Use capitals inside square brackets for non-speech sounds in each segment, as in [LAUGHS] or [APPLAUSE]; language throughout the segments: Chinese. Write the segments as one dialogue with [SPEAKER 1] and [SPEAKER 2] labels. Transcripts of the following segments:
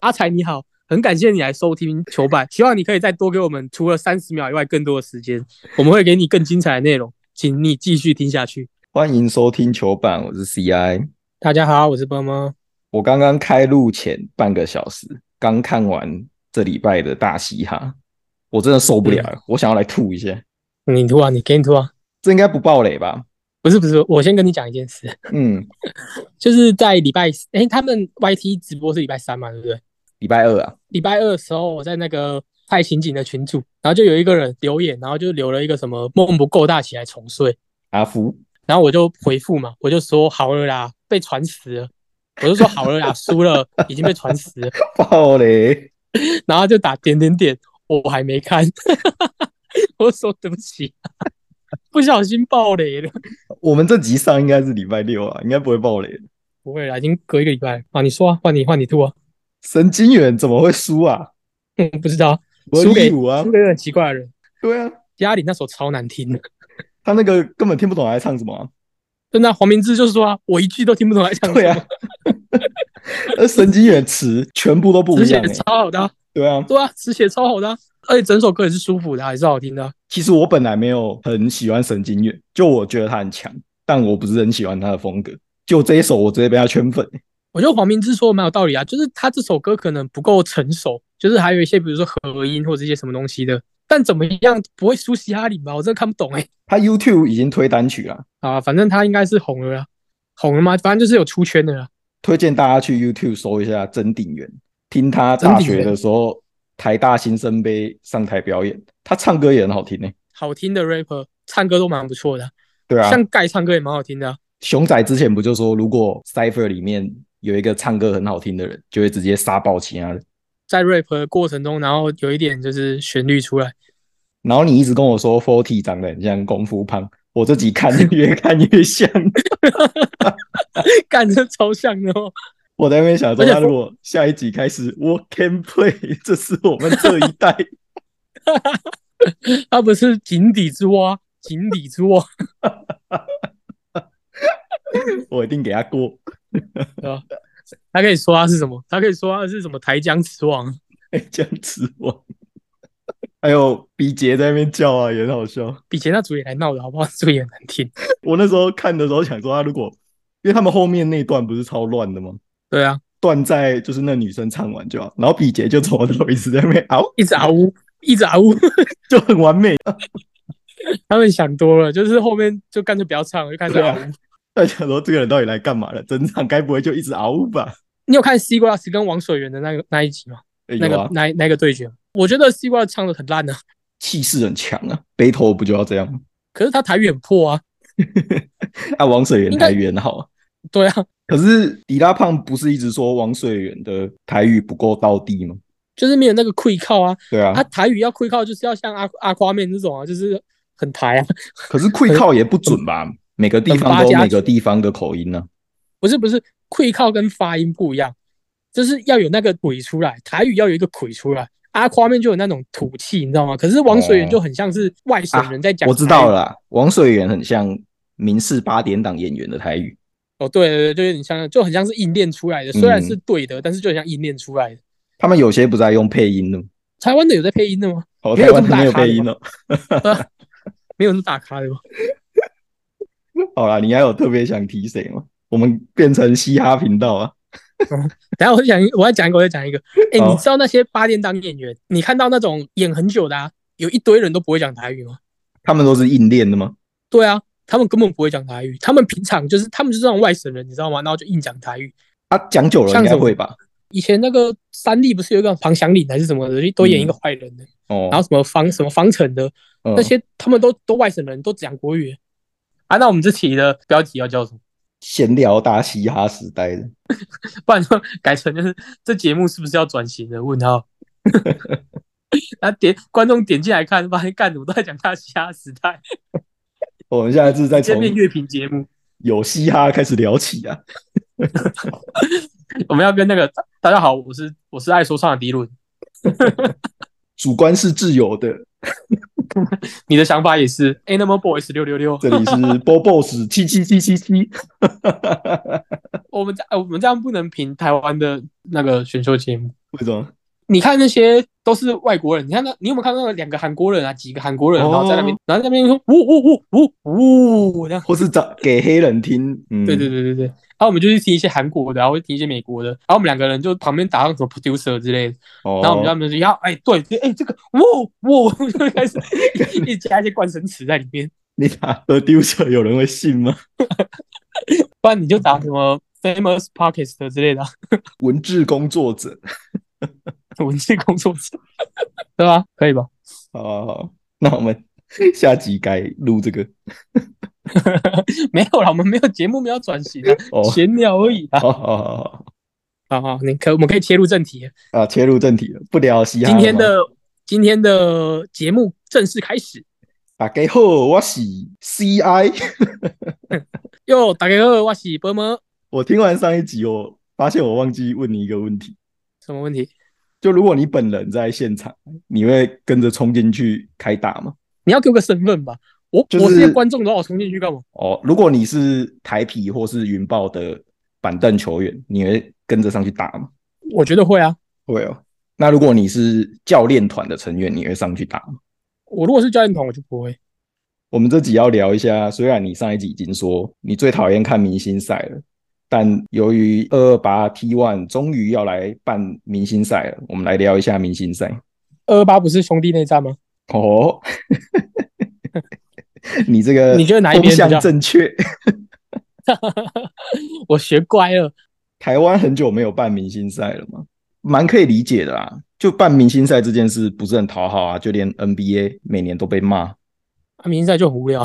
[SPEAKER 1] 阿才你好，很感谢你来收听球板，希望你可以再多给我们除了三十秒以外更多的时间，我们会给你更精彩的内容，请你继续听下去。
[SPEAKER 2] 欢迎收听球板，我是 CI。
[SPEAKER 1] 大家好，我是波波。
[SPEAKER 2] 我刚刚开录前半个小时，刚看完这礼拜的大嘻哈，我真的受不了
[SPEAKER 1] 嗯
[SPEAKER 2] 了，我想要来吐一下。
[SPEAKER 1] 你吐啊，你给你吐啊！
[SPEAKER 2] 这应该不爆雷吧？
[SPEAKER 1] 不是不是，我先跟你讲一件事，
[SPEAKER 2] 嗯，
[SPEAKER 1] 就是在礼拜，哎、他们 YT 直播是礼拜三嘛，对不对？
[SPEAKER 2] 礼拜二啊，
[SPEAKER 1] 礼拜二的时候，我在那个蔡刑警的群组，然后就有一个人留言，然后就留了一个什么梦不够大，起来重睡。
[SPEAKER 2] 阿福，
[SPEAKER 1] 然后我就回复嘛，我就说好了啦，被传死了。我就说好了啦，输了，已经被传死了。
[SPEAKER 2] 爆雷，
[SPEAKER 1] 然后就打点点点，我还没看。 [LAUGHS] 我说对不起，不小心爆雷了。
[SPEAKER 2] 我们这集上应该是礼拜六啊，应该不会爆雷。
[SPEAKER 1] 不会啦，已经隔一个礼拜了啊。你说啊，换你换你吐啊。
[SPEAKER 2] 神经元怎么会输啊？
[SPEAKER 1] 嗯，不知道，
[SPEAKER 2] 我
[SPEAKER 1] 输给
[SPEAKER 2] 力武啊
[SPEAKER 1] 输，给很奇怪的人。
[SPEAKER 2] 对啊，
[SPEAKER 1] 家里那首超难听的，
[SPEAKER 2] 他那个根本听不懂他在唱什么啊、
[SPEAKER 1] 就那黄明志就是说啊，我一句都听不懂在讲什么。
[SPEAKER 2] 对啊， [LAUGHS] 而神经元词全部都不
[SPEAKER 1] 止
[SPEAKER 2] 一
[SPEAKER 1] 血
[SPEAKER 2] 样、欸。
[SPEAKER 1] 超好的啊、
[SPEAKER 2] 对啊，
[SPEAKER 1] 对啊，止血超好的啊、而且整首歌也是舒服的啊、还是好听的啊、
[SPEAKER 2] 其实我本来没有很喜欢神经元，就我觉得他很强，但我不是很喜欢他的风格。就这一首，我直接被他圈粉。欸
[SPEAKER 1] 我觉得黄明志说的蛮有道理啊，就是他这首歌可能不够成熟，就是还有一些比如说合音或者一些什么东西的，但怎么样不会输嘻哈里吧？我真的看不懂哎、
[SPEAKER 2] 他 YouTube 已经推单曲了，
[SPEAKER 1] 啊，反正他应该是红了啦，红了吗？反正就是有出圈的啦。
[SPEAKER 2] 推荐大家去 YouTube 搜一下曾鼎元，听他大学的时候台大新生杯上台表演，他唱歌也很好听呢、
[SPEAKER 1] 好听的 rapper 唱歌都蛮不错的啊、
[SPEAKER 2] 对啊，
[SPEAKER 1] 像盖唱歌也蛮好听的啊、
[SPEAKER 2] 熊仔之前不就说，如果 Cipher 里面有一个唱歌很好听的人，就会直接杀爆其他人。
[SPEAKER 1] 在 rap 的过程中，然后有一点就是旋律出来，
[SPEAKER 2] 然后你一直跟我说 Forty 长得很像功夫胖，我自己看 [LAUGHS] 越看越像。啊
[SPEAKER 1] 干这超像的哦。
[SPEAKER 2] 我在那边想说，
[SPEAKER 1] 而且
[SPEAKER 2] 那如果下一集开始 w o r k and Play，这 [LAUGHS] 是我们这一代。
[SPEAKER 1] 他不是井底之蛙，井底之蛙，
[SPEAKER 2] 我一定给他过。 [LAUGHS]
[SPEAKER 1] 对吧？他可以说他是什么？他可以说他是什么台江之王。
[SPEAKER 2] 哎，这样子我， [LAUGHS] 还有比杰在那边叫啊，也很好笑。
[SPEAKER 1] 比前那主演还闹的好不 [LAUGHS] 好？这个也很难听。
[SPEAKER 2] 我那时候看的时候想说，他如果因为他们后面那段不是超乱的吗？
[SPEAKER 1] 对啊，
[SPEAKER 2] 断在就是那女生唱完就好，然后比杰就从头到尾一直在那边嗷，
[SPEAKER 1] 一直啊呜，一直啊呜，
[SPEAKER 2] [LAUGHS]
[SPEAKER 1] [LAUGHS]
[SPEAKER 2] 就很完美。
[SPEAKER 1] 他们想多了，就是后面就干脆不要唱了，就开始啊
[SPEAKER 2] 对
[SPEAKER 1] 呜。
[SPEAKER 2] 在想说这个人到底来干嘛了？整场该不会就一直嗷吧？
[SPEAKER 1] 你有看西瓜斯跟王水源的那个那一集吗？
[SPEAKER 2] 哎
[SPEAKER 1] 那
[SPEAKER 2] 有
[SPEAKER 1] 个
[SPEAKER 2] 啊，
[SPEAKER 1] 那那个对决，我觉得西瓜唱的很烂啊，
[SPEAKER 2] 气势很强啊，背头不就要这样吗？
[SPEAKER 1] 可是他台语很破啊。
[SPEAKER 2] 啊，王水源
[SPEAKER 1] 应该
[SPEAKER 2] 台语很好啊，
[SPEAKER 1] 对啊，
[SPEAKER 2] 可是迪拉胖不是一直说王水源的台语不够到地吗？
[SPEAKER 1] 就是没有那个溃靠啊。
[SPEAKER 2] 对啊，
[SPEAKER 1] 他台语要溃靠，就是要像阿阿夸面这种啊，就是很台啊。
[SPEAKER 2] 可是溃靠也不准吧？每个地方
[SPEAKER 1] 很八
[SPEAKER 2] 都有
[SPEAKER 1] 加
[SPEAKER 2] 每个地方的口音呢、
[SPEAKER 1] 不是不是，溃靠跟发音不一样，就是要有那个鬼出来，台语要有一个鬼出来。阿夸面就有那种土气，你知道吗？可是王水源就很像是外省人在讲、
[SPEAKER 2] 哦我知道了。啦，王水源很像民视八点档演员的台语。
[SPEAKER 1] 哦，对对对，就有点像，就很像是硬练出来的，虽然是对的，但是就很像硬练出来的。
[SPEAKER 2] 他们有些不是在用配音的吗，
[SPEAKER 1] 台湾的有在配音的吗？
[SPEAKER 2] 哦，
[SPEAKER 1] 没有
[SPEAKER 2] 台湾
[SPEAKER 1] 这
[SPEAKER 2] 的
[SPEAKER 1] 么
[SPEAKER 2] 没有
[SPEAKER 1] 大咖
[SPEAKER 2] 配
[SPEAKER 1] 的
[SPEAKER 2] 音
[SPEAKER 1] 吗
[SPEAKER 2] 哦。
[SPEAKER 1] 没有那么大咖的吗？
[SPEAKER 2] 好啦，你还有特别想提谁吗？我们变成嘻哈频道啊！
[SPEAKER 1] 等一下我讲一，我要讲一个，我要讲一个。哎、
[SPEAKER 2] 好
[SPEAKER 1] 你知道那些八点档演员，你看到那种演很久的啊，有一堆人都不会讲台语吗？
[SPEAKER 2] 他们都是硬练的吗？
[SPEAKER 1] 对啊，他们根本不会讲台语，他们平常就是他们就是那种外省人，你知道吗？然后就硬讲台语。
[SPEAKER 2] 啊，讲久了应
[SPEAKER 1] 像
[SPEAKER 2] 该
[SPEAKER 1] 什么
[SPEAKER 2] 会吧？
[SPEAKER 1] 以前那个三立不是有一个庞祥林还是什么的，都演一个坏人的，
[SPEAKER 2] 哦，
[SPEAKER 1] 然后什么方什么方程的，
[SPEAKER 2] 嗯
[SPEAKER 1] 那些他们都都外省人都讲国语啊。那我们这期的标题要叫什么？
[SPEAKER 2] 闲聊大嘻哈时代的，
[SPEAKER 1] 不然就改成就是这节目是不是要转型的？问号。 [LAUGHS] 然后点观众点进来看，发现干我都在讲大嘻哈时代，
[SPEAKER 2] 我们下次再
[SPEAKER 1] 见
[SPEAKER 2] 从
[SPEAKER 1] 面乐评节目，
[SPEAKER 2] 有嘻哈开始聊起啊！
[SPEAKER 1] 我们要跟那个大家好，我是我是爱说唱的迪伦，
[SPEAKER 2] 主观是自由的，
[SPEAKER 1] 你的想法也是 Animal Boys 六六六，
[SPEAKER 2] 这里是
[SPEAKER 1] [LAUGHS]
[SPEAKER 2] Bobos 七七七七七。
[SPEAKER 1] 我们这我们这样不能评台湾的那个选秀节目。
[SPEAKER 2] 为什么？
[SPEAKER 1] 你看那些都是外国人，你看那，你有没有看到两个韩国人啊，几个韩国人，
[SPEAKER 2] 哦
[SPEAKER 1] 然后在那边，然后在那边说呜呜呜呜呜这样。
[SPEAKER 2] 或是找给黑人听？嗯，
[SPEAKER 1] 对对对对对，然后我们就去听一些韩国的，然后听一些美国的，然后我们两个人就旁边打上什么 producer 之类的，
[SPEAKER 2] 哦，
[SPEAKER 1] 然后我们就他们说要哎对对哎这个哇哇， [LAUGHS] 就开始一直加一些冠生词在里面，
[SPEAKER 2] 你打 p r o d u c e 有人会信吗？ [LAUGHS]
[SPEAKER 1] 不然你就打什么 famous podcast 之类的啊
[SPEAKER 2] 文字工作者，
[SPEAKER 1] 文字工作者， [LAUGHS] 对吧？可以吧？
[SPEAKER 2] 好好好，哦那我们下集该录这个
[SPEAKER 1] 没有啦，我们没有节目没有转型啊，
[SPEAKER 2] 哦。
[SPEAKER 1] 闲聊而已啊。
[SPEAKER 2] 好好好好
[SPEAKER 1] 好好，你可我们可以切入正题了。
[SPEAKER 2] 啊，切入正题了，不聊嘻哈了
[SPEAKER 1] 今
[SPEAKER 2] 吗。
[SPEAKER 1] 天的今天的节目正式开始。
[SPEAKER 2] 大家好，我是 CI。
[SPEAKER 1] 哟，大家好，我是波波。
[SPEAKER 2] 我听完上一集，我发现我忘记问你一个问题，
[SPEAKER 1] 什么问题？
[SPEAKER 2] 就如果你本人在现场，你会跟着冲进去开打吗？
[SPEAKER 1] 你要给我个身份吧。我、
[SPEAKER 2] 就是
[SPEAKER 1] 我这些观众都让我冲进去干嘛？
[SPEAKER 2] 哦，如果你是台皮或是云豹的板凳球员，你会跟着上去打吗？
[SPEAKER 1] 我觉得会啊。
[SPEAKER 2] 会哦。那如果你是教练团的成员，你会上去打吗？
[SPEAKER 1] 我如果是教练团，我就不会。
[SPEAKER 2] 我们这集要聊一下，虽然你上一集已经说你最讨厌看明星赛了，但由于二二八 T One 终于要来办明星赛了，我们来聊一下明星赛。
[SPEAKER 1] 二二八不是兄弟内战吗？ [LAUGHS]
[SPEAKER 2] 哦， [LAUGHS] 你这个
[SPEAKER 1] 你觉得哪一
[SPEAKER 2] 风
[SPEAKER 1] 边比较
[SPEAKER 2] 向正确？
[SPEAKER 1] 我学乖了。
[SPEAKER 2] 台湾很久没有办明星赛了嘛，蛮可以理解的啦。就办明星赛这件事不是很讨好啊，就连 NBA 每年都被骂。 [LAUGHS]
[SPEAKER 1] 啊，明星赛就很无聊，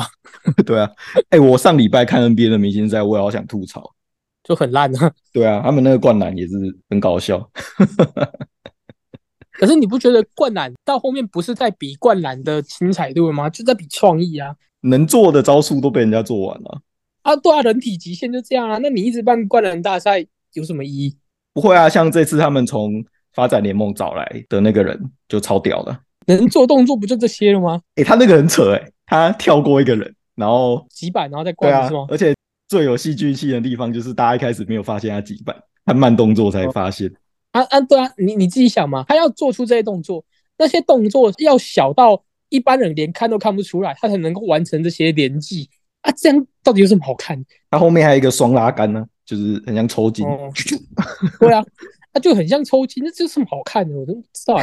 [SPEAKER 2] 对啊，哎、我上礼拜看 NBA 的明星赛，我也好想吐槽。
[SPEAKER 1] 就很烂啊。
[SPEAKER 2] 对啊，他们那个灌篮也是很搞笑。 [LAUGHS]
[SPEAKER 1] 可是你不觉得灌篮到后面不是在比灌篮的精彩度了吗？就在比创意啊。
[SPEAKER 2] 能做的招数都被人家做完了。
[SPEAKER 1] 啊，对啊，人体极限就这样啊。那你一直办灌篮大赛有什么意义？
[SPEAKER 2] 不会啊，像这次他们从发展联盟找来的那个人就超屌的。哎
[SPEAKER 1] 能做动作不就这些了吗？
[SPEAKER 2] 诶、他那个很扯诶、他跳过一个人，然后
[SPEAKER 1] 几板然后再
[SPEAKER 2] 对
[SPEAKER 1] 灌、
[SPEAKER 2] 啊
[SPEAKER 1] 是吗，？
[SPEAKER 2] 而且最有戏剧性的地方就是大家一开始没有发现他几板，他慢动作才发现。
[SPEAKER 1] 啊啊，对啊，你你自己想嘛，他要做出这些动作，那些动作要小到一般人连看都看不出来，他才能够完成这些连技啊，这样到底有什么好看？
[SPEAKER 2] 他后面还有一个双拉杆呢、就是很像抽筋，
[SPEAKER 1] 哦对啊，那、就很像抽筋，那这有什么好看的？我都不知道、欸。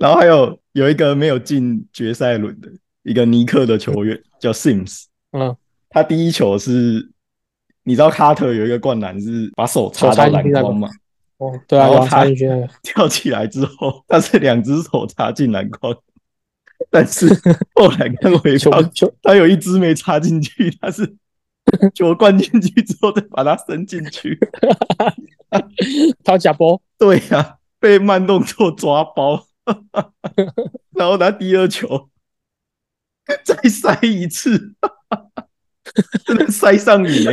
[SPEAKER 2] 然后还有有一个没有进决赛轮的一个尼克的球员叫 Sims，
[SPEAKER 1] 嗯，
[SPEAKER 2] 他第一球是，你知道卡特有一个灌篮是把手插
[SPEAKER 1] 手插
[SPEAKER 2] 到
[SPEAKER 1] 进
[SPEAKER 2] 篮
[SPEAKER 1] 去那个
[SPEAKER 2] 筐嘛？
[SPEAKER 1] 哦，对啊，
[SPEAKER 2] 然后
[SPEAKER 1] 我插
[SPEAKER 2] 他
[SPEAKER 1] 进去那个，
[SPEAKER 2] 跳起来之后，他是两只手插进篮筐，但是后来看回
[SPEAKER 1] 球
[SPEAKER 2] 放，
[SPEAKER 1] 球
[SPEAKER 2] 他有一只没插进去，他是球灌进去之后再把它伸进去。
[SPEAKER 1] 他假波，
[SPEAKER 2] 对呀、被慢动作抓包， [LAUGHS] 然后他第二球再塞一次，真的塞上欸瘾 [LAUGHS] 了。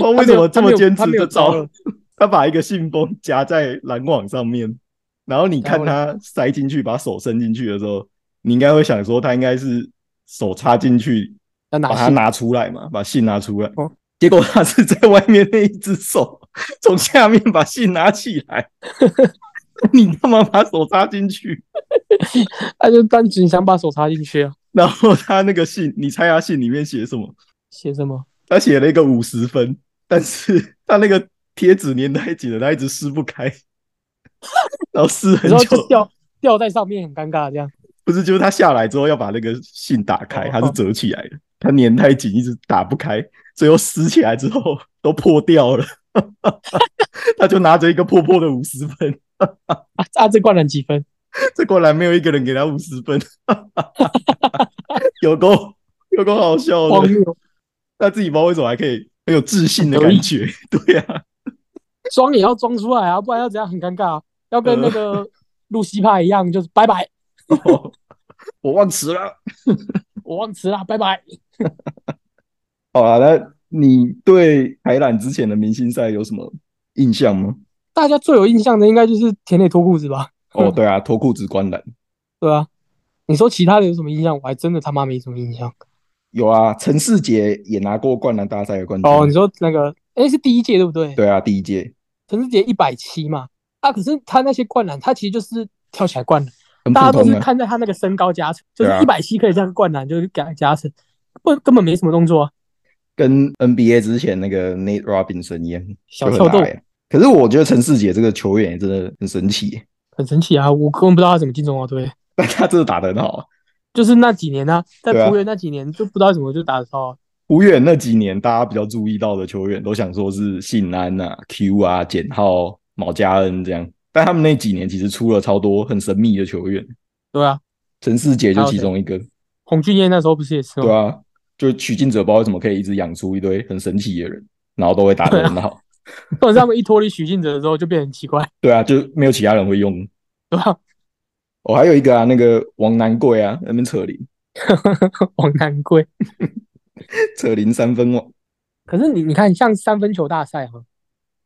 [SPEAKER 2] 我为什么这么坚持
[SPEAKER 1] 他没有
[SPEAKER 2] 这
[SPEAKER 1] 他没有他没有
[SPEAKER 2] 招？他把一个信封夹在篮网上面，然后你看他塞进去，把手伸进去的时候，你应该会想说他应该是手插进去，
[SPEAKER 1] 要
[SPEAKER 2] 把
[SPEAKER 1] 拿
[SPEAKER 2] 它
[SPEAKER 1] 信
[SPEAKER 2] 拿出来嘛，把信拿出来
[SPEAKER 1] 哦。
[SPEAKER 2] 结果他是在外面那一只手 [LAUGHS] 从下面把信拿起来， [LAUGHS] 你他妈把手插进去，
[SPEAKER 1] 他就单纯想把手插进去啊，
[SPEAKER 2] 然后他那个信，你猜他信里面写什么？
[SPEAKER 1] 写什么？
[SPEAKER 2] 他写了一个五十分，但是 [LAUGHS] 他那个贴纸粘太紧了，他一直撕不开， [LAUGHS] 然后撕很
[SPEAKER 1] 然后就
[SPEAKER 2] 久。
[SPEAKER 1] 掉掉在上面，很尴尬这样。
[SPEAKER 2] 不是，就是他下来之后要把那个信打开，
[SPEAKER 1] 哦
[SPEAKER 2] 他是折起来的，他粘太紧，一直打不开，最后撕起来之后都破掉了。 [LAUGHS] 他就拿着一个破破的五十分，
[SPEAKER 1] 啊啊，这灌篮几分？
[SPEAKER 2] 这过来没有一个人给他五十分， [LAUGHS] 有够有够好笑
[SPEAKER 1] 荒
[SPEAKER 2] 的。
[SPEAKER 1] 谬。
[SPEAKER 2] 他自己不知道为什么还可以很有自信的感觉，对啊，
[SPEAKER 1] [LAUGHS] 装也要装出来啊，不然要怎样很尴尬、啊，要跟那
[SPEAKER 2] 呃
[SPEAKER 1] 个露西派一样，就是拜拜，
[SPEAKER 2] 哦我忘词了。
[SPEAKER 1] 我忘词啦，拜拜。
[SPEAKER 2] 好啊，那你对台篮之前的明星赛有什么印象吗？
[SPEAKER 1] 大家最有印象的应该就是田磊脱裤子吧，
[SPEAKER 2] 哦，对啊，脱裤子观篮。
[SPEAKER 1] 对吧、啊？你说其他的有什么印象？我还真的他妈没什么印象。
[SPEAKER 2] 有啊，陈世杰也拿过灌篮大赛的冠军。
[SPEAKER 1] 哦，你说那个，哎，是第一届对不对？
[SPEAKER 2] 嗯对啊，第一届
[SPEAKER 1] 陈世杰一百七嘛，啊，可是他那些灌篮，他其实就是跳起来灌篮，
[SPEAKER 2] 很
[SPEAKER 1] 大家
[SPEAKER 2] 普
[SPEAKER 1] 都
[SPEAKER 2] 通啊
[SPEAKER 1] 是
[SPEAKER 2] 的，
[SPEAKER 1] 看在他那个身高加成，就是
[SPEAKER 2] 对啊
[SPEAKER 1] 一百七可以这样灌篮，就是给他加成，不根本没什么动作啊，
[SPEAKER 2] 跟 NBA 之前那个 Nate Robinson 一样，
[SPEAKER 1] 小
[SPEAKER 2] 就
[SPEAKER 1] 跳
[SPEAKER 2] 很
[SPEAKER 1] 动
[SPEAKER 2] 矮啊。可是我觉得陈世杰这个球员也真的很神奇 [LAUGHS] 耶，
[SPEAKER 1] 很神奇啊！我根本不知道他怎么进中国队，
[SPEAKER 2] 但他真的打得很好啊。
[SPEAKER 1] 就是那几年啊，在
[SPEAKER 2] 对啊
[SPEAKER 1] 浦原那几年就不知道怎么就打得到啊、
[SPEAKER 2] 湖远那几年大家比较注意到的球员，都想说是信安啊、Q 啊、简浩、毛家恩这样，但他们那几年其实出了超多很神秘的球员，
[SPEAKER 1] 对啊，嗯
[SPEAKER 2] 陈世杰就其中一个，
[SPEAKER 1] 洪俊彦那时候不是也是吗？
[SPEAKER 2] 对啊，就取经者不知道为什么可以一直养出一堆很神奇的人，然后都会打得很好，
[SPEAKER 1] [LAUGHS] 或者他们一脱离许晋哲之后就变得很奇怪，
[SPEAKER 2] 对啊，就没有其他人会用。
[SPEAKER 1] 对吧？ [LAUGHS]
[SPEAKER 2] 哦，还有一个啊，那个王南贵啊，那边扯铃，
[SPEAKER 1] 王南贵。
[SPEAKER 2] 扯铃三分王，
[SPEAKER 1] 可是你你看，像三分球大赛哈，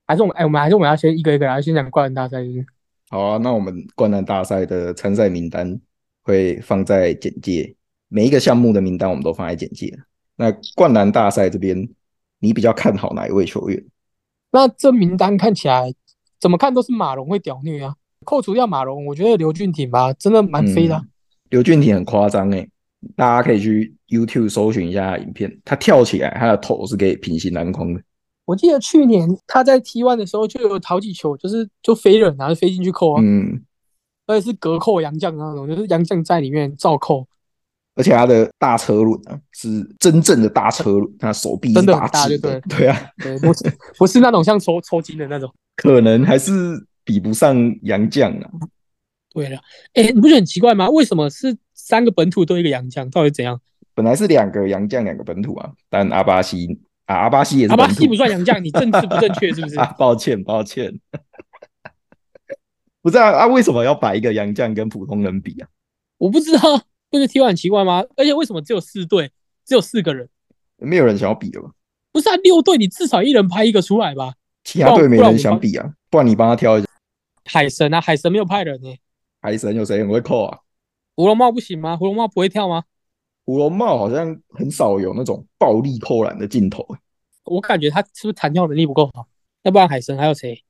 [SPEAKER 1] 还是我们哎、我们还是我们要先一个一个来，先讲灌篮大赛是不是
[SPEAKER 2] 好啊，那我们灌篮大赛的参赛名单会放在简介，每一个项目的名单我们都放在简介。那灌篮大赛这边，你比较看好哪一位球员？
[SPEAKER 1] 那这名单看起来怎么看都是马龙会屌虐啊。扣除掉马龙，我觉得刘俊廷吧，真的蛮飞的啊、
[SPEAKER 2] 嗯刘俊廷很夸张诶，大家可以去 YouTube 搜寻一下他的影片，他跳起来，他的头是可以平行篮筐的。
[SPEAKER 1] 我记得去年他在 T one 的时候就有好几球，就是就飞人然后飞进去扣啊，
[SPEAKER 2] 嗯，
[SPEAKER 1] 而且是隔扣杨将那种，就是杨将在里面照扣，
[SPEAKER 2] 而且他的大车轮啊，是真正的大车轮，他手臂是
[SPEAKER 1] 真的很大
[SPEAKER 2] 指
[SPEAKER 1] 就对
[SPEAKER 2] 的
[SPEAKER 1] 了，
[SPEAKER 2] 对啊，
[SPEAKER 1] 对，不是不是那种像抽抽筋的那种。
[SPEAKER 2] 可能还是比不上杨绛啊。
[SPEAKER 1] 对了，哎、你不觉得很奇怪吗？为什么是三个本土都一个洋将？到底怎样？
[SPEAKER 2] 本来是两个洋将，两个本土啊，但阿巴西啊，阿巴西也是
[SPEAKER 1] 阿
[SPEAKER 2] 本土。
[SPEAKER 1] 巴西不算洋将，你政治不正确是不 [LAUGHS] 是？
[SPEAKER 2] 啊，抱歉抱歉， [LAUGHS] 不是啊啊，为什么要把一个洋将跟普通人比啊？
[SPEAKER 1] 我不知道，不觉得踢完很奇怪吗？而且为什么只有四队，只有四个人？
[SPEAKER 2] 没有人想要比了吧？
[SPEAKER 1] 不是啊，六队你至少一人拍一个出来吧？
[SPEAKER 2] 其他队没人想比啊，不然你帮他挑一下。
[SPEAKER 1] 海神啊，海神没有派人呢、
[SPEAKER 2] 海神有谁很会扣啊？
[SPEAKER 1] 胡龙茂不行吗？胡龙茂不会跳吗？
[SPEAKER 2] 胡龙茂好像很少有那种暴力扣篮的镜头， [LAUGHS]
[SPEAKER 1] 我感觉他是不是弹跳能力不够好？要不然海神还有谁？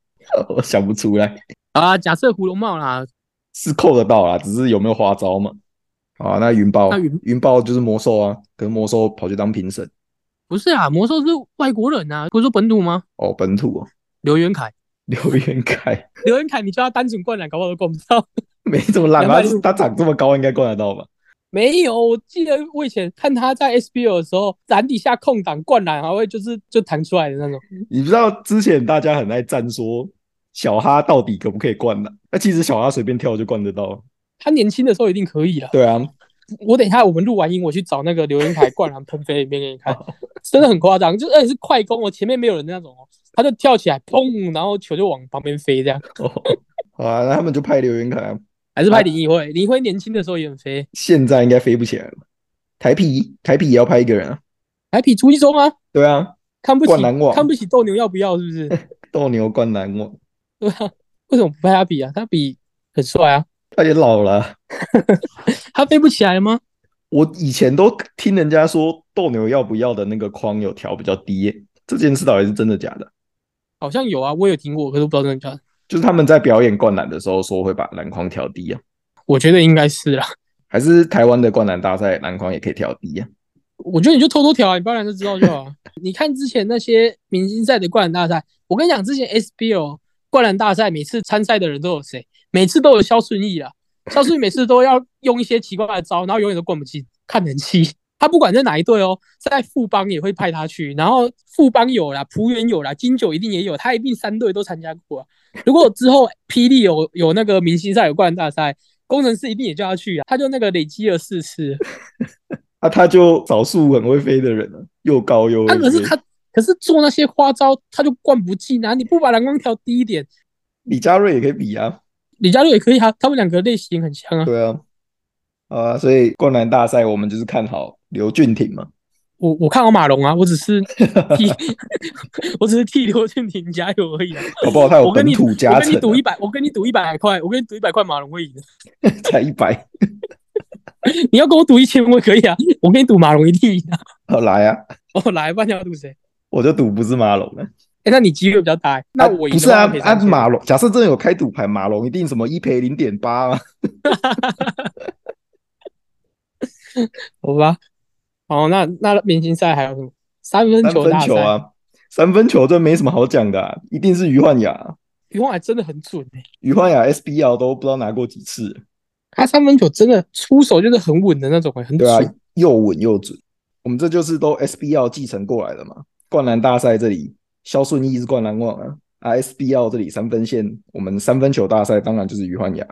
[SPEAKER 2] 我想不出来
[SPEAKER 1] 啊，假设胡龙茂啦，
[SPEAKER 2] 是扣得到啦，只是有没有花招嘛？好啊，那云豹
[SPEAKER 1] 那云，
[SPEAKER 2] 云豹就是魔兽啊，可是魔兽跑去当评审
[SPEAKER 1] 不是啊，魔兽是外国人啊，不是说本土吗？
[SPEAKER 2] 哦，本土哦，
[SPEAKER 1] 刘元凯，
[SPEAKER 2] 刘元凯。
[SPEAKER 1] [LAUGHS] 刘元凯，你叫他单纯灌篮，搞不好都灌不到。
[SPEAKER 2] 没这么烂吧？
[SPEAKER 1] 250
[SPEAKER 2] 他长这么高，应该灌得到吧？
[SPEAKER 1] 没有，我记得我以前看他在 SBL 的时候，篮底下空档灌篮，还啊会就是就弹出来的那种。
[SPEAKER 2] 你不知道之前大家很爱赞说小哈到底可不可以灌呢？那其实小哈随便跳就灌得到。
[SPEAKER 1] 他年轻的时候一定可以啦。
[SPEAKER 2] 对啊，
[SPEAKER 1] 我等一下我们录完音，我去找那个刘云凯灌篮喷飞里面给你看，真的很夸张，就而且是快攻哦，前面没有人的那种哦，他就跳起来砰，然后球就往旁边飞这样。
[SPEAKER 2] 哦好啊，那他们就派刘元凯啊，
[SPEAKER 1] 还是拍林奕慧，林奕慧年轻的时候也很飞，
[SPEAKER 2] 现在应该飞不起来了。台皮台皮也要派一个人啊，
[SPEAKER 1] 还比朱一中啊，
[SPEAKER 2] 对啊，
[SPEAKER 1] 看不起
[SPEAKER 2] 灌篮王
[SPEAKER 1] 看不起斗牛要不要是不是？
[SPEAKER 2] 斗牛灌篮哦
[SPEAKER 1] 对
[SPEAKER 2] 王，
[SPEAKER 1] 啊， [LAUGHS] 为什么不拍他比啊？他比很帅啊，
[SPEAKER 2] 他也老了啊。
[SPEAKER 1] 他飞不起来吗？
[SPEAKER 2] 我以前都听人家说斗牛要不要的那个框有调比较低耶、这件事到底是真的假的？
[SPEAKER 1] 好像有啊，我有听过，可是我不知道真的假的。
[SPEAKER 2] 就是他们在表演灌篮的时候说会把篮筐调低啊。
[SPEAKER 1] 我觉得应该是啦，
[SPEAKER 2] 还是台湾的灌篮大赛篮筐也可以调低啊？
[SPEAKER 1] 我觉得你就偷偷调啊，你不然就知道就好 [LAUGHS] 了。你看之前那些明星赛的灌篮大赛，我跟你讲，之前 SBL 灌篮大赛每次参赛的人都有谁？每次都有肖顺义啊，肖顺义每次都要用一些奇怪的招，然后永远都灌不进，看人气。他不管在哪一队哦，在富邦也会派他去，然后富邦有啦，浦原有啦，金九一定也有，他一定三队都参加过、啊。如果之后霹雳有有那个明星赛有灌篮大赛，工程师一定也叫他去啊，他就那个累积了四次。
[SPEAKER 2] 啊，他就少数很会飞的人了、又高又会
[SPEAKER 1] 啊，
[SPEAKER 2] 飞。
[SPEAKER 1] 可是他可是做那些花招，他就灌不进啊！你不把蓝光调低一点，
[SPEAKER 2] 李佳瑞也可以比啊，
[SPEAKER 1] 李佳璐也可以啊，他们两个类型很像啊。
[SPEAKER 2] 对啊，啊，所以灌篮大赛我们就是看好刘俊廷嘛。
[SPEAKER 1] 我我看好马龙啊，我只是
[SPEAKER 2] [LAUGHS]
[SPEAKER 1] 替， [LAUGHS] 我只是替刘俊廷加油而已、啊。
[SPEAKER 2] 搞不好他有
[SPEAKER 1] 我跟
[SPEAKER 2] 本
[SPEAKER 1] 你
[SPEAKER 2] 土加
[SPEAKER 1] 我跟
[SPEAKER 2] 成
[SPEAKER 1] 你赌一
[SPEAKER 2] 啊、
[SPEAKER 1] 百，我跟你赌一百块，我跟你赌一百块马龙会赢的。
[SPEAKER 2] 才一百。
[SPEAKER 1] 你要跟我赌一千，我也可以啊，我跟你赌马龙一定赢啊。 [LAUGHS]
[SPEAKER 2] 好来啊，
[SPEAKER 1] 哦，来，不然你要赌谁？
[SPEAKER 2] 我就赌不是马龙啊了。
[SPEAKER 1] 哎、那你机会比较大、欸。那
[SPEAKER 2] 啊
[SPEAKER 1] 我赢、
[SPEAKER 2] 不是啊，按、马龙，假设真的有开赌盘，马龙一定什么一赔零点八嘛。
[SPEAKER 1] 好吧。哦，那那明星赛还有什么？三分
[SPEAKER 2] 三
[SPEAKER 1] 球
[SPEAKER 2] 分
[SPEAKER 1] 大
[SPEAKER 2] 球
[SPEAKER 1] 赛，
[SPEAKER 2] 啊，三分球这没什么好讲的、啊，一定是于焕雅。
[SPEAKER 1] 余光还真的很准哎、
[SPEAKER 2] 于焕雅 SBL 都不知道拿过几次了，
[SPEAKER 1] 他三分球真的出手就是很稳的那种、欸，很
[SPEAKER 2] 对
[SPEAKER 1] 准。
[SPEAKER 2] 啊，又稳又准。我们这就是都 SBL 继承过来的嘛。灌篮大赛这里，肖顺义是灌篮王啊。啊，SBL 这里三分线，我们三分球大赛当然就是于焕雅。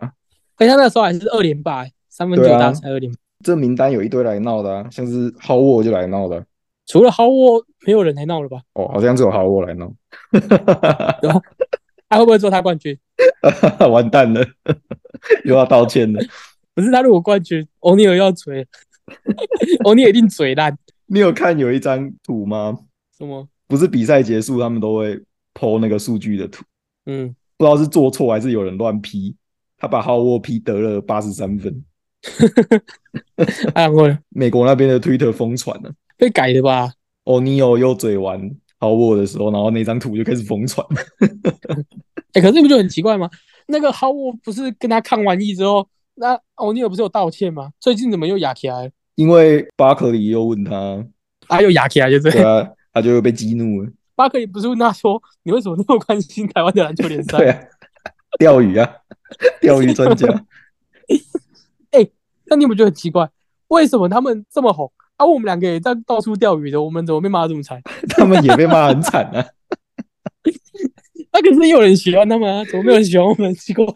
[SPEAKER 1] 而且他那时候还是二连霸、欸，三分球
[SPEAKER 2] 对啊
[SPEAKER 1] 大赛二连霸。
[SPEAKER 2] 这名单有一堆来闹的啊，像是 Howard 就来闹的啊，
[SPEAKER 1] 除了 Howard，没有人来闹了吧？
[SPEAKER 2] 哦，好像只有 Howard 来闹，
[SPEAKER 1] 他会不会做他冠军？
[SPEAKER 2] [LAUGHS] 完蛋了，又要道歉了。
[SPEAKER 1] 不是他如果冠军，欧尼尔要嘴，欧尼尔一定嘴烂。
[SPEAKER 2] 你有看有一张图吗？
[SPEAKER 1] 什么？
[SPEAKER 2] 不是比赛结束他们都会 PO 那个数据的图，
[SPEAKER 1] 嗯，
[SPEAKER 2] 不知道是做错还是有人乱 P，他把 Howard P 得了八十三分，
[SPEAKER 1] 他然后
[SPEAKER 2] 美国那边的 Twitter 疯传了。
[SPEAKER 1] 哎被改的吧？
[SPEAKER 2] 哦，你有又嘴完 Howard 的时候，然后那张图就开始疯传。
[SPEAKER 1] 哎、可是你不觉得很奇怪吗？那个 Howard 不是跟他抗完议之后，那欧尼尔不是有道歉吗？最近怎么又哑起来了？
[SPEAKER 2] 因为巴克利又问他，
[SPEAKER 1] 啊，又哑起来，就是
[SPEAKER 2] 对啊，他就会被激怒了。
[SPEAKER 1] 巴克利不是问他说：“你为什么那么关心台湾的篮球联赛
[SPEAKER 2] 对啊，钓鱼啊，钓鱼专家。？”
[SPEAKER 1] 那你不觉得很奇怪？为什么他们这么红？啊，我们两个也在到处钓鱼的，我们怎么被骂得这么惨？
[SPEAKER 2] 他们也被骂很惨啊，
[SPEAKER 1] 那、可是也有人喜欢他们啊，怎么没有人喜欢我们？奇怪，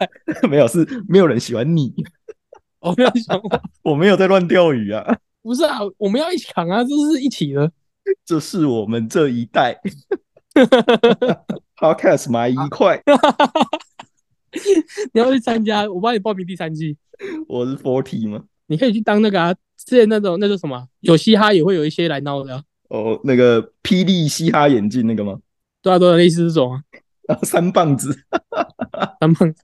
[SPEAKER 2] 没有是没有人喜欢你，
[SPEAKER 1] 我没有人喜欢我，
[SPEAKER 2] 我没有在乱钓鱼啊， [LAUGHS]
[SPEAKER 1] 不是啊，我们要一起扛啊，这是一起的。
[SPEAKER 2] 这是我们这一代。Podcast 买一块，
[SPEAKER 1] 你要去参加，我帮你报名第三季，
[SPEAKER 2] 我是 Forty 吗？
[SPEAKER 1] 你可以去当那个啊，之前那种那叫什么啊，有嘻哈也会有一些来闹的、啊，
[SPEAKER 2] 哦，那个霹雳嘻哈眼镜那个吗？
[SPEAKER 1] 对啊，对啊，类似这种啊，
[SPEAKER 2] 啊，三棒子，
[SPEAKER 1] 三棒子，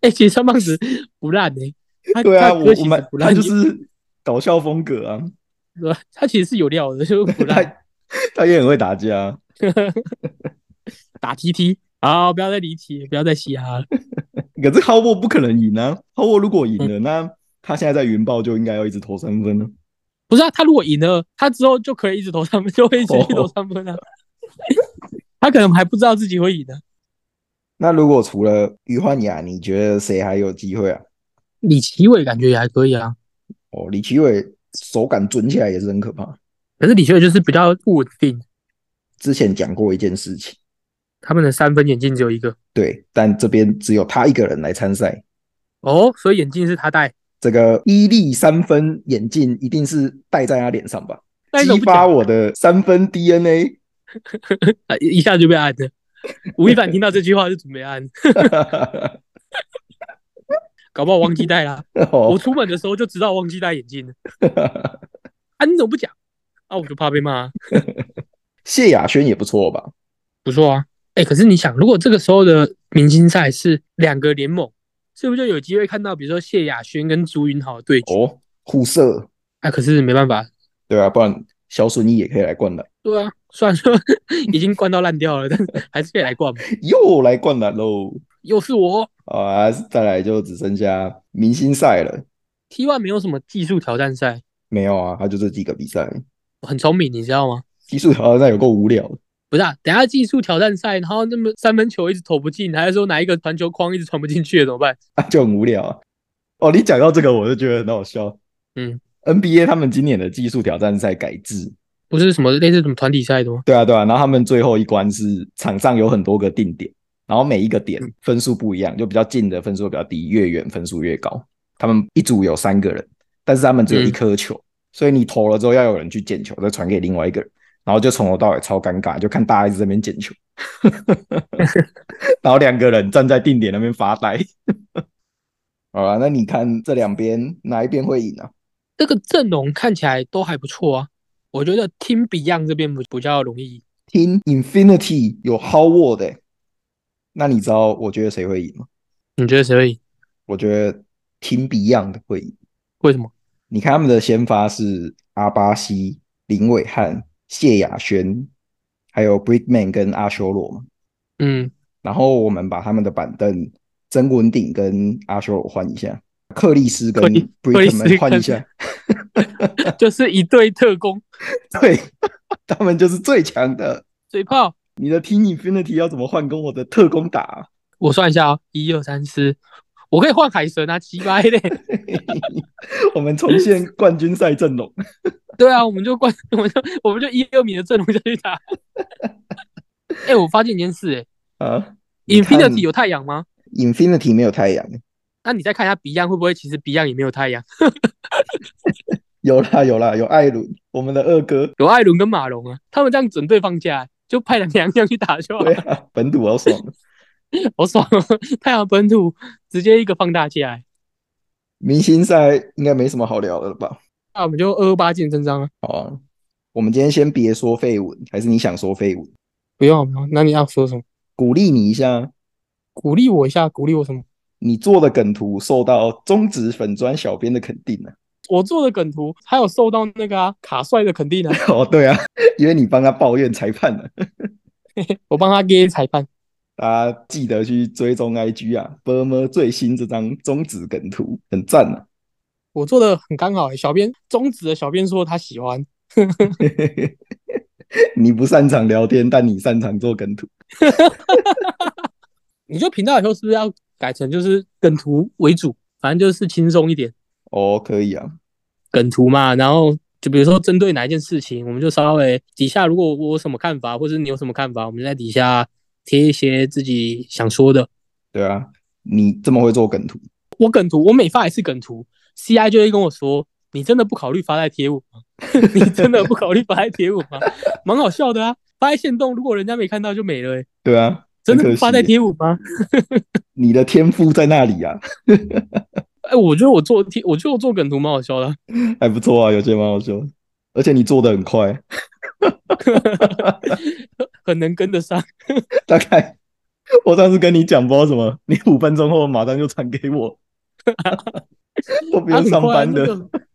[SPEAKER 1] 哎、其实三棒子不烂诶、他
[SPEAKER 2] 对啊，
[SPEAKER 1] 他
[SPEAKER 2] 我
[SPEAKER 1] 歌其
[SPEAKER 2] 我
[SPEAKER 1] 实
[SPEAKER 2] 们
[SPEAKER 1] 不
[SPEAKER 2] 他
[SPEAKER 1] 烂，
[SPEAKER 2] 就是搞笑风格啊，
[SPEAKER 1] 对吧他其实是有料的，就是不烂。
[SPEAKER 2] 他他也很会打架啊，
[SPEAKER 1] 打 TT。好，不要再离题，不要再嘻哈了。
[SPEAKER 2] 可是 Howard 不可能赢啊，Howard 如果赢了，
[SPEAKER 1] 嗯
[SPEAKER 2] 那他现在在云豹就应该要一直投三分了。
[SPEAKER 1] 不是啊，他如果赢了，他之后就可以一直投三分，就会一直去投三分啊。 [LAUGHS] 他可能还不知道自己会赢呢、
[SPEAKER 2] 那如果除了于焕雅，你觉得谁还有机会啊？
[SPEAKER 1] 李奇伟感觉也还可以啊，
[SPEAKER 2] 哦，李奇伟手感准起来也是很可怕。
[SPEAKER 1] 可是李奇伟就是比较不稳定，
[SPEAKER 2] 之前讲过一件事情，
[SPEAKER 1] 他们的三分眼镜只有一个
[SPEAKER 2] 对，但这边只有他一个人来参赛。
[SPEAKER 1] 哦，所以眼镜是他戴。
[SPEAKER 2] 这个伊利三分眼镜一定是戴在他脸上吧？
[SPEAKER 1] 那你怎
[SPEAKER 2] 激
[SPEAKER 1] 么不
[SPEAKER 2] 发
[SPEAKER 1] 讲？
[SPEAKER 2] 我的三分
[SPEAKER 1] [LAUGHS]
[SPEAKER 2] DNA。
[SPEAKER 1] 啊一一下就被按了。吴亦凡听到这句话就准备按，搞不好忘记戴啦。我
[SPEAKER 2] 哦，
[SPEAKER 1] 出门的时候就知道忘记戴眼镜了。啊，你怎么不讲？啊，我就怕被骂啊、
[SPEAKER 2] [LAUGHS] 谢雅轩也不错吧？
[SPEAKER 1] 不错啊。哎、可是你想，如果这个时候的明星赛是两个联盟，是不是就有机会看到，比如说谢雅轩跟朱云豪的对决？
[SPEAKER 2] 哦，互射，
[SPEAKER 1] 啊，可是没办法，
[SPEAKER 2] 对啊，不然小顺义也可以来灌篮，
[SPEAKER 1] 对啊，虽然说 [LAUGHS] 已经灌到烂掉了，但是还是可以来灌嘛。
[SPEAKER 2] 又来灌篮喽。
[SPEAKER 1] 又是我
[SPEAKER 2] 好啊，再来就只剩下明星赛了。
[SPEAKER 1] T one 没有什么技术挑战赛，
[SPEAKER 2] 没有啊，他就这几个比赛。
[SPEAKER 1] 很聪明，你知道吗？
[SPEAKER 2] 技术挑战赛有够无聊的，
[SPEAKER 1] 不是啊，等下技术挑战赛，然后那么三分球一直投不进，还是说哪一个传球框一直传不进去了怎么办？
[SPEAKER 2] 啊，就很无聊啊。哦，你讲到这个，我就觉得很好笑。
[SPEAKER 1] 嗯
[SPEAKER 2] ，NBA 他们今年的技术挑战赛改制，
[SPEAKER 1] 不是什么类似什么团体赛的吗？
[SPEAKER 2] 对啊，对啊。然后他们最后一关是场上有很多个定点，然后每一个点分数不一样，就比较近的分数比较低，越远分数越高。他们一组有三个人，但是他们只有一
[SPEAKER 1] 嗯
[SPEAKER 2] 颗球，所以你投了之后要有人去捡球，再传给另外一个人，然后就从头到尾超尴尬，就看大家一直在那边捡球，然后两个人站在定点那边发呆。好了，那你看这两边哪一边会赢啊？
[SPEAKER 1] 这个阵容看起来都还不错啊，我觉得 Team Beyond 这边比比较容易
[SPEAKER 2] 听 Infinity 有 Howard，、欸、那你知道我觉得谁会赢吗？
[SPEAKER 1] 你觉得谁会赢？
[SPEAKER 2] 我觉得听 Beyond 会赢，
[SPEAKER 1] 为什么？
[SPEAKER 2] 你看他们的先发是阿巴西、林伟汉、谢亚轩，还有 Brickman 跟阿修罗嘛。
[SPEAKER 1] 嗯， [LAUGHS]
[SPEAKER 2] 然后我们把他们的板凳曾文鼎跟阿修罗换一下，克利斯跟
[SPEAKER 1] 克利克利斯
[SPEAKER 2] Brickman 换一下，
[SPEAKER 1] 就是一对特工
[SPEAKER 2] 对 [LAUGHS] 他们就是最强的。
[SPEAKER 1] 嘴炮。
[SPEAKER 2] 你的 Team Infinity 要怎么换？跟我的特工打 [LAUGHS] 啊、
[SPEAKER 1] 我算一下啊、哦，一二三四，我可以换海神啊，奇葩嘞。
[SPEAKER 2] 我们重现冠军赛阵容。
[SPEAKER 1] [LAUGHS]
[SPEAKER 2] [LAUGHS]
[SPEAKER 1] 对啊，我们就冠， [LAUGHS] 我们就我们就一二米的阵容下去打。哎、我发现一件事、
[SPEAKER 2] 啊
[SPEAKER 1] 哎
[SPEAKER 2] 你看
[SPEAKER 1] ，Infinity 有太阳吗？
[SPEAKER 2] ，Infinity 没有太阳，
[SPEAKER 1] 那你再看一下 Beyond 会不会，其实 Beyond 也没有太阳，
[SPEAKER 2] 有啦有啦有艾伦，我们的二哥，
[SPEAKER 1] 有艾伦跟马龙啊，他们这样准对方架，就派两两将去打就好，
[SPEAKER 2] 对啊， [LAUGHS] 本土好爽。
[SPEAKER 1] 好爽哦！太阳本土直接一个放大架、欸，
[SPEAKER 2] 明星赛应该没什么好聊的了吧？
[SPEAKER 1] 那我们就二二八见真章啊！
[SPEAKER 2] 好啊，我们今天先别说绯闻，还是你想说绯闻？
[SPEAKER 1] 不用不用，那你要说什么？
[SPEAKER 2] 鼓励你一下，
[SPEAKER 1] 鼓励我一下，鼓励我什么？
[SPEAKER 2] 你做的梗图受到中职粉砖小编的肯定啊呢、
[SPEAKER 1] 我做的梗图还有受到那个啊卡帅的肯定啊，
[SPEAKER 2] [LAUGHS]
[SPEAKER 1] [LAUGHS]
[SPEAKER 2] 哦，对啊，因为你帮他抱怨裁判了、
[SPEAKER 1] 我帮他给裁判。
[SPEAKER 2] 大家记得去追踪 IG 啊，波波最新这张中指梗图很赞啊。
[SPEAKER 1] 我做的很刚好、欸，小编中指的小编说他喜欢，
[SPEAKER 2] 你不擅长聊天，但你擅长做梗图。
[SPEAKER 1] 你就频道以后是不是要改成就是梗图为主，反正就是轻松一点
[SPEAKER 2] 哦，可以啊，
[SPEAKER 1] 梗图嘛。然后就比如说针对哪一件事情，我们就稍微底下如果我有什么看法，或者你有什么看法，我们在底下贴一些自己想说的。
[SPEAKER 2] 对啊，你这么会做梗图，
[SPEAKER 1] 我梗图，我每发一次梗图，CI 就会跟我说：“你真的不考虑发在贴文吗？ [LAUGHS] 你真的不考虑发在贴文吗？”蛮好笑的啊，发在线动，如果人家没看到就没了、欸。
[SPEAKER 2] 对啊，
[SPEAKER 1] 真的
[SPEAKER 2] 很
[SPEAKER 1] 不
[SPEAKER 2] 可惜
[SPEAKER 1] 发在贴文吗？
[SPEAKER 2] 你的天赋在那里啊，
[SPEAKER 1] 哎、我觉得我做贴，我觉得我做梗图蛮好笑的啊。 [LAUGHS]
[SPEAKER 2] 还不错啊，有些蛮好笑的，而且你做的很快，
[SPEAKER 1] 很能跟得上。
[SPEAKER 2] 大概我上次跟你讲不知道什么，你五分钟后马上就传给我，我不用上班
[SPEAKER 1] 啊
[SPEAKER 2] 的
[SPEAKER 1] 很快啊那个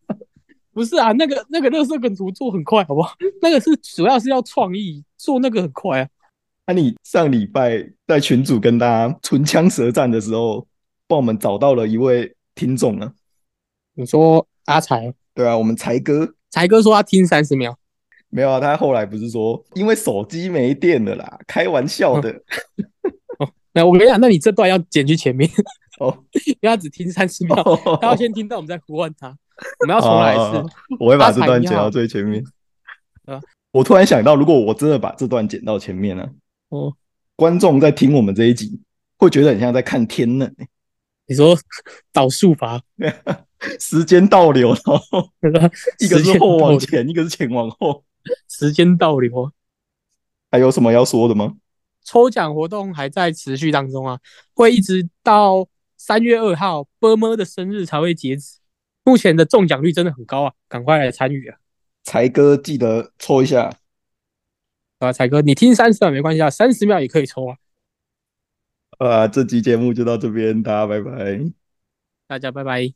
[SPEAKER 1] 不是啊，那个那个乐色梗图做很快，好不 [LAUGHS] 好？那个是主要是要创意，做那个很快啊。
[SPEAKER 2] 那、你上礼拜在群组跟大家唇枪舌战的时候，帮我们找到了一位听众啊，
[SPEAKER 1] 你说阿才，
[SPEAKER 2] 对啊，我们才哥。
[SPEAKER 1] 才哥说他听三十秒，
[SPEAKER 2] 没有啊，他后来不是说因为手机没电了啦，开玩笑
[SPEAKER 1] 哦
[SPEAKER 2] 的
[SPEAKER 1] 那我跟你讲，那你这段要剪去前面， [LAUGHS]
[SPEAKER 2] 哦。
[SPEAKER 1] 因为他只听三十秒， [LAUGHS] 他要先听到我们在呼唤他，我们要重来一
[SPEAKER 2] 哦
[SPEAKER 1] 次。
[SPEAKER 2] [LAUGHS] 我会把这
[SPEAKER 1] 阿
[SPEAKER 2] 段
[SPEAKER 1] 才你
[SPEAKER 2] 剪到
[SPEAKER 1] 好
[SPEAKER 2] 最
[SPEAKER 1] [LAUGHS]
[SPEAKER 2] 前面
[SPEAKER 1] 啊。
[SPEAKER 2] 我突然想到，如果我真的把这段剪到前面呢、
[SPEAKER 1] 哦，
[SPEAKER 2] 观众在听我们这一集会觉得很像在看天欸呢、
[SPEAKER 1] 你说导数法，
[SPEAKER 2] 时间倒流，然后一个
[SPEAKER 1] 时
[SPEAKER 2] 是
[SPEAKER 1] 间
[SPEAKER 2] 后
[SPEAKER 1] 倒
[SPEAKER 2] 往
[SPEAKER 1] 流，
[SPEAKER 2] 前，一个是前往后。
[SPEAKER 1] 时间倒流。哦
[SPEAKER 2] 还有什么要说的吗？
[SPEAKER 1] 抽奖活动还在持续当中啊，会一直到三月二号波波的生日才会截止。目前的中奖率真的很高啊，赶快来参与啊！
[SPEAKER 2] 才哥记得抽一下。
[SPEAKER 1] 啊，才哥，你听三十秒没关系啊，三十秒也可以抽啊。
[SPEAKER 2] 啊，这集节目就到这边，大家拜拜。
[SPEAKER 1] 大家拜拜。